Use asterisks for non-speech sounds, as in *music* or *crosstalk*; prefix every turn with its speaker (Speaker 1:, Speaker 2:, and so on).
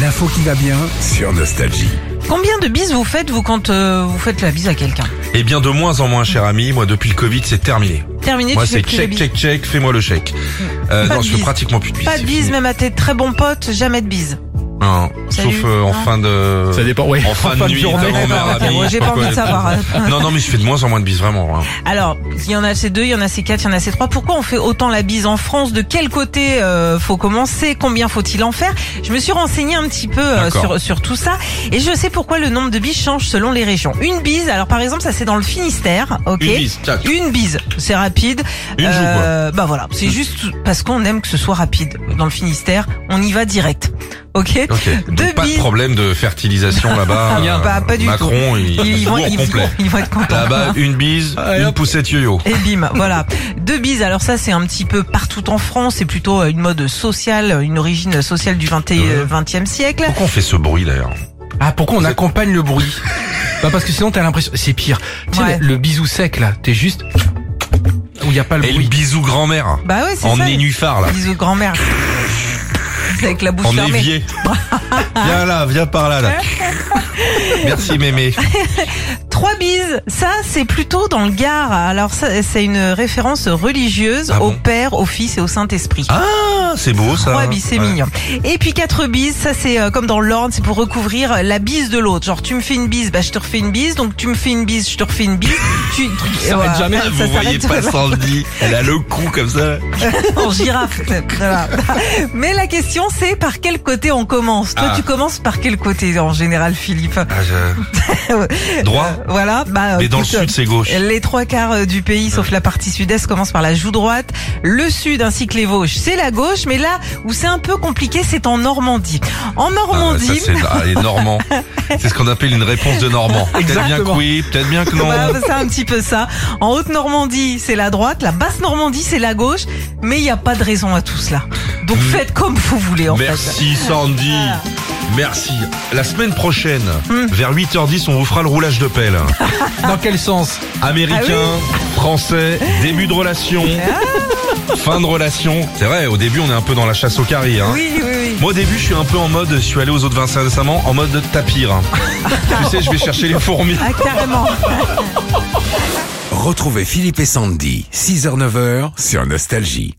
Speaker 1: L'info qui va bien.
Speaker 2: sur Nostalgie.
Speaker 3: Combien de bises vous faites vous quand euh, vous faites la bise à quelqu'un
Speaker 2: Eh bien, de moins en moins, cher ami, moi, depuis le Covid, c'est terminé.
Speaker 3: Terminé,
Speaker 2: Moi,
Speaker 3: tu fais
Speaker 2: c'est
Speaker 3: plus de
Speaker 2: check,
Speaker 3: bise.
Speaker 2: check, check, fais-moi le chèque. Euh,
Speaker 3: Pas
Speaker 2: non,
Speaker 3: de
Speaker 2: je fais
Speaker 3: bise.
Speaker 2: pratiquement plus de bise.
Speaker 3: Pas de
Speaker 2: c'est
Speaker 3: bise,
Speaker 2: fini.
Speaker 3: même à tes très bons potes, jamais de bise.
Speaker 2: Non,
Speaker 3: Salut.
Speaker 2: sauf euh, en
Speaker 3: Non.
Speaker 2: fin de...
Speaker 1: Ça dépend, ouais.
Speaker 2: En fin de nuit, euh,
Speaker 1: journée.
Speaker 2: ta grand-mère
Speaker 3: D'accord,
Speaker 2: a
Speaker 3: d'accord,
Speaker 2: mis-
Speaker 3: J'ai pas envie de savoir. hein.
Speaker 2: Non, non, mais je fais de moins en moins de bises, vraiment. hein.
Speaker 3: *laughs* Alors, il y en a ces deux, il y en a ces quatre, il y en a ces trois. Pourquoi on fait autant la bise en France De quel côté euh, faut commencer Combien faut-il en faire Je me suis renseignée un petit peu euh,
Speaker 2: D'accord.
Speaker 3: sur, sur tout ça et je sais pourquoi le nombre de bises change selon les régions. Une bise, alors par exemple, ça c'est dans le Finistère, ok
Speaker 2: Une bise, tchac.
Speaker 3: Une bise, c'est rapide.
Speaker 2: Une joue, Mm.
Speaker 3: Bah voilà, c'est juste parce qu'on aime que ce soit rapide. Dans le Finistère, on y va direct, ok
Speaker 2: Ok. Donc,
Speaker 3: Deux
Speaker 2: pas de
Speaker 3: bises.
Speaker 2: problème de
Speaker 3: *laughs*
Speaker 2: fertilisation là-bas.
Speaker 3: Ah, bah, pas du
Speaker 2: Macron, il,
Speaker 3: Ils,
Speaker 2: il
Speaker 3: vont,
Speaker 2: bourre
Speaker 3: ils vont-
Speaker 2: complet.
Speaker 3: ils vont être contents. *laughs*
Speaker 2: Là-bas, une bise,
Speaker 1: Ah, et
Speaker 2: une
Speaker 1: hop.
Speaker 2: poussette yo-yo.
Speaker 3: Et bim, voilà. Deux bises, alors ça c'est un petit peu partout en France, c'est plutôt euh, une mode sociale, une origine sociale du 20
Speaker 2: Ouais.
Speaker 3: 20e siècle.
Speaker 2: Pourquoi on fait ce bruit, d'ailleurs
Speaker 1: Ah, pourquoi on accompagne le *laughs* bruit Bah parce que sinon t'as l'impression, c'est pire. Tu sais,
Speaker 3: Ouais.
Speaker 1: le, le bisou sec là, t'es juste où il y a pas le
Speaker 2: Et le
Speaker 1: bruit.
Speaker 2: bisou grand-mère
Speaker 3: Bah ouais, c'est
Speaker 2: En
Speaker 3: ça.
Speaker 2: nénuphar, là.
Speaker 3: Bisous grand-mère. C'est avec la bouche
Speaker 2: En
Speaker 3: fermée.
Speaker 2: évier. viens là, viens par
Speaker 3: *laughs*
Speaker 2: là, là. Merci, mémé.
Speaker 3: Trois bises, ça c'est plutôt dans le Gard. Alors ça c'est une référence religieuse
Speaker 2: Ah
Speaker 3: au
Speaker 2: bon
Speaker 3: Père, au Fils et au Saint-Esprit.
Speaker 2: Ah, c'est beau, ça.
Speaker 3: Trois bises, c'est
Speaker 2: Ouais.
Speaker 3: mignon. Et puis quatre bises, ça c'est euh, comme dans l'Orne, c'est pour recouvrir euh, la bise de l'autre. Genre tu me fais une bise, bah je te refais une bise, donc tu me fais une bise, je te refais une
Speaker 2: *laughs*
Speaker 3: bise. Tu, tu- voilà. Ça
Speaker 2: vous
Speaker 3: s'arrête
Speaker 2: voyez pas
Speaker 3: jamais.
Speaker 2: Sandy Elle a le cou comme ça.
Speaker 3: en girafe. peut-être.
Speaker 2: *laughs*
Speaker 3: Voilà. Mais la question c'est par quel côté on commence. Toi
Speaker 2: Ah.
Speaker 3: tu commences par quel côté en général, Philippe *laughs*
Speaker 2: Droit
Speaker 3: Voilà. Bah,
Speaker 2: Mais dans le
Speaker 3: écoute,
Speaker 2: sud, c'est gauche.
Speaker 3: Les trois quarts euh, du pays, sauf la partie sud-est, commencent par la joue droite. Le sud ainsi que les Vosges, c'est la gauche. Mais là où c'est un peu compliqué, c'est en Normandie. En
Speaker 2: Ah, ça,
Speaker 3: Normandie,
Speaker 2: c'est ah, les Normands. C'est ce qu'on appelle une réponse de Normand. Peut-être bien que
Speaker 1: Exactement.
Speaker 2: oui, peut-être bien que non.
Speaker 3: Voilà, Bah, c'est un petit peu ça. En Haute-Normandie, c'est la droite. La Basse-Normandie, c'est la gauche. Mais il n'y a pas de raison à tout cela. Donc faites comme vous voulez, en fait. euh,
Speaker 2: Merci Sandy.
Speaker 3: Voilà.
Speaker 2: Merci. La semaine prochaine,
Speaker 3: Hmm.
Speaker 2: vers 8h10, on vous fera le roulage de pelle.
Speaker 1: Dans quel sens
Speaker 2: Américain, français, début de relation, fin de relation. C'est vrai, au début, on est un peu dans la chasse au carré. Hein.
Speaker 3: Oui, oui, oui.
Speaker 2: Moi au début je suis un peu en mode, je suis allé aux autres Vincent récemment en mode tapir. hein. tu sais, je vais chercher les fourmis.
Speaker 3: Ah, carrément.
Speaker 4: Retrouvez Philippe et Sandy, 6h-9h sur Nostalgie.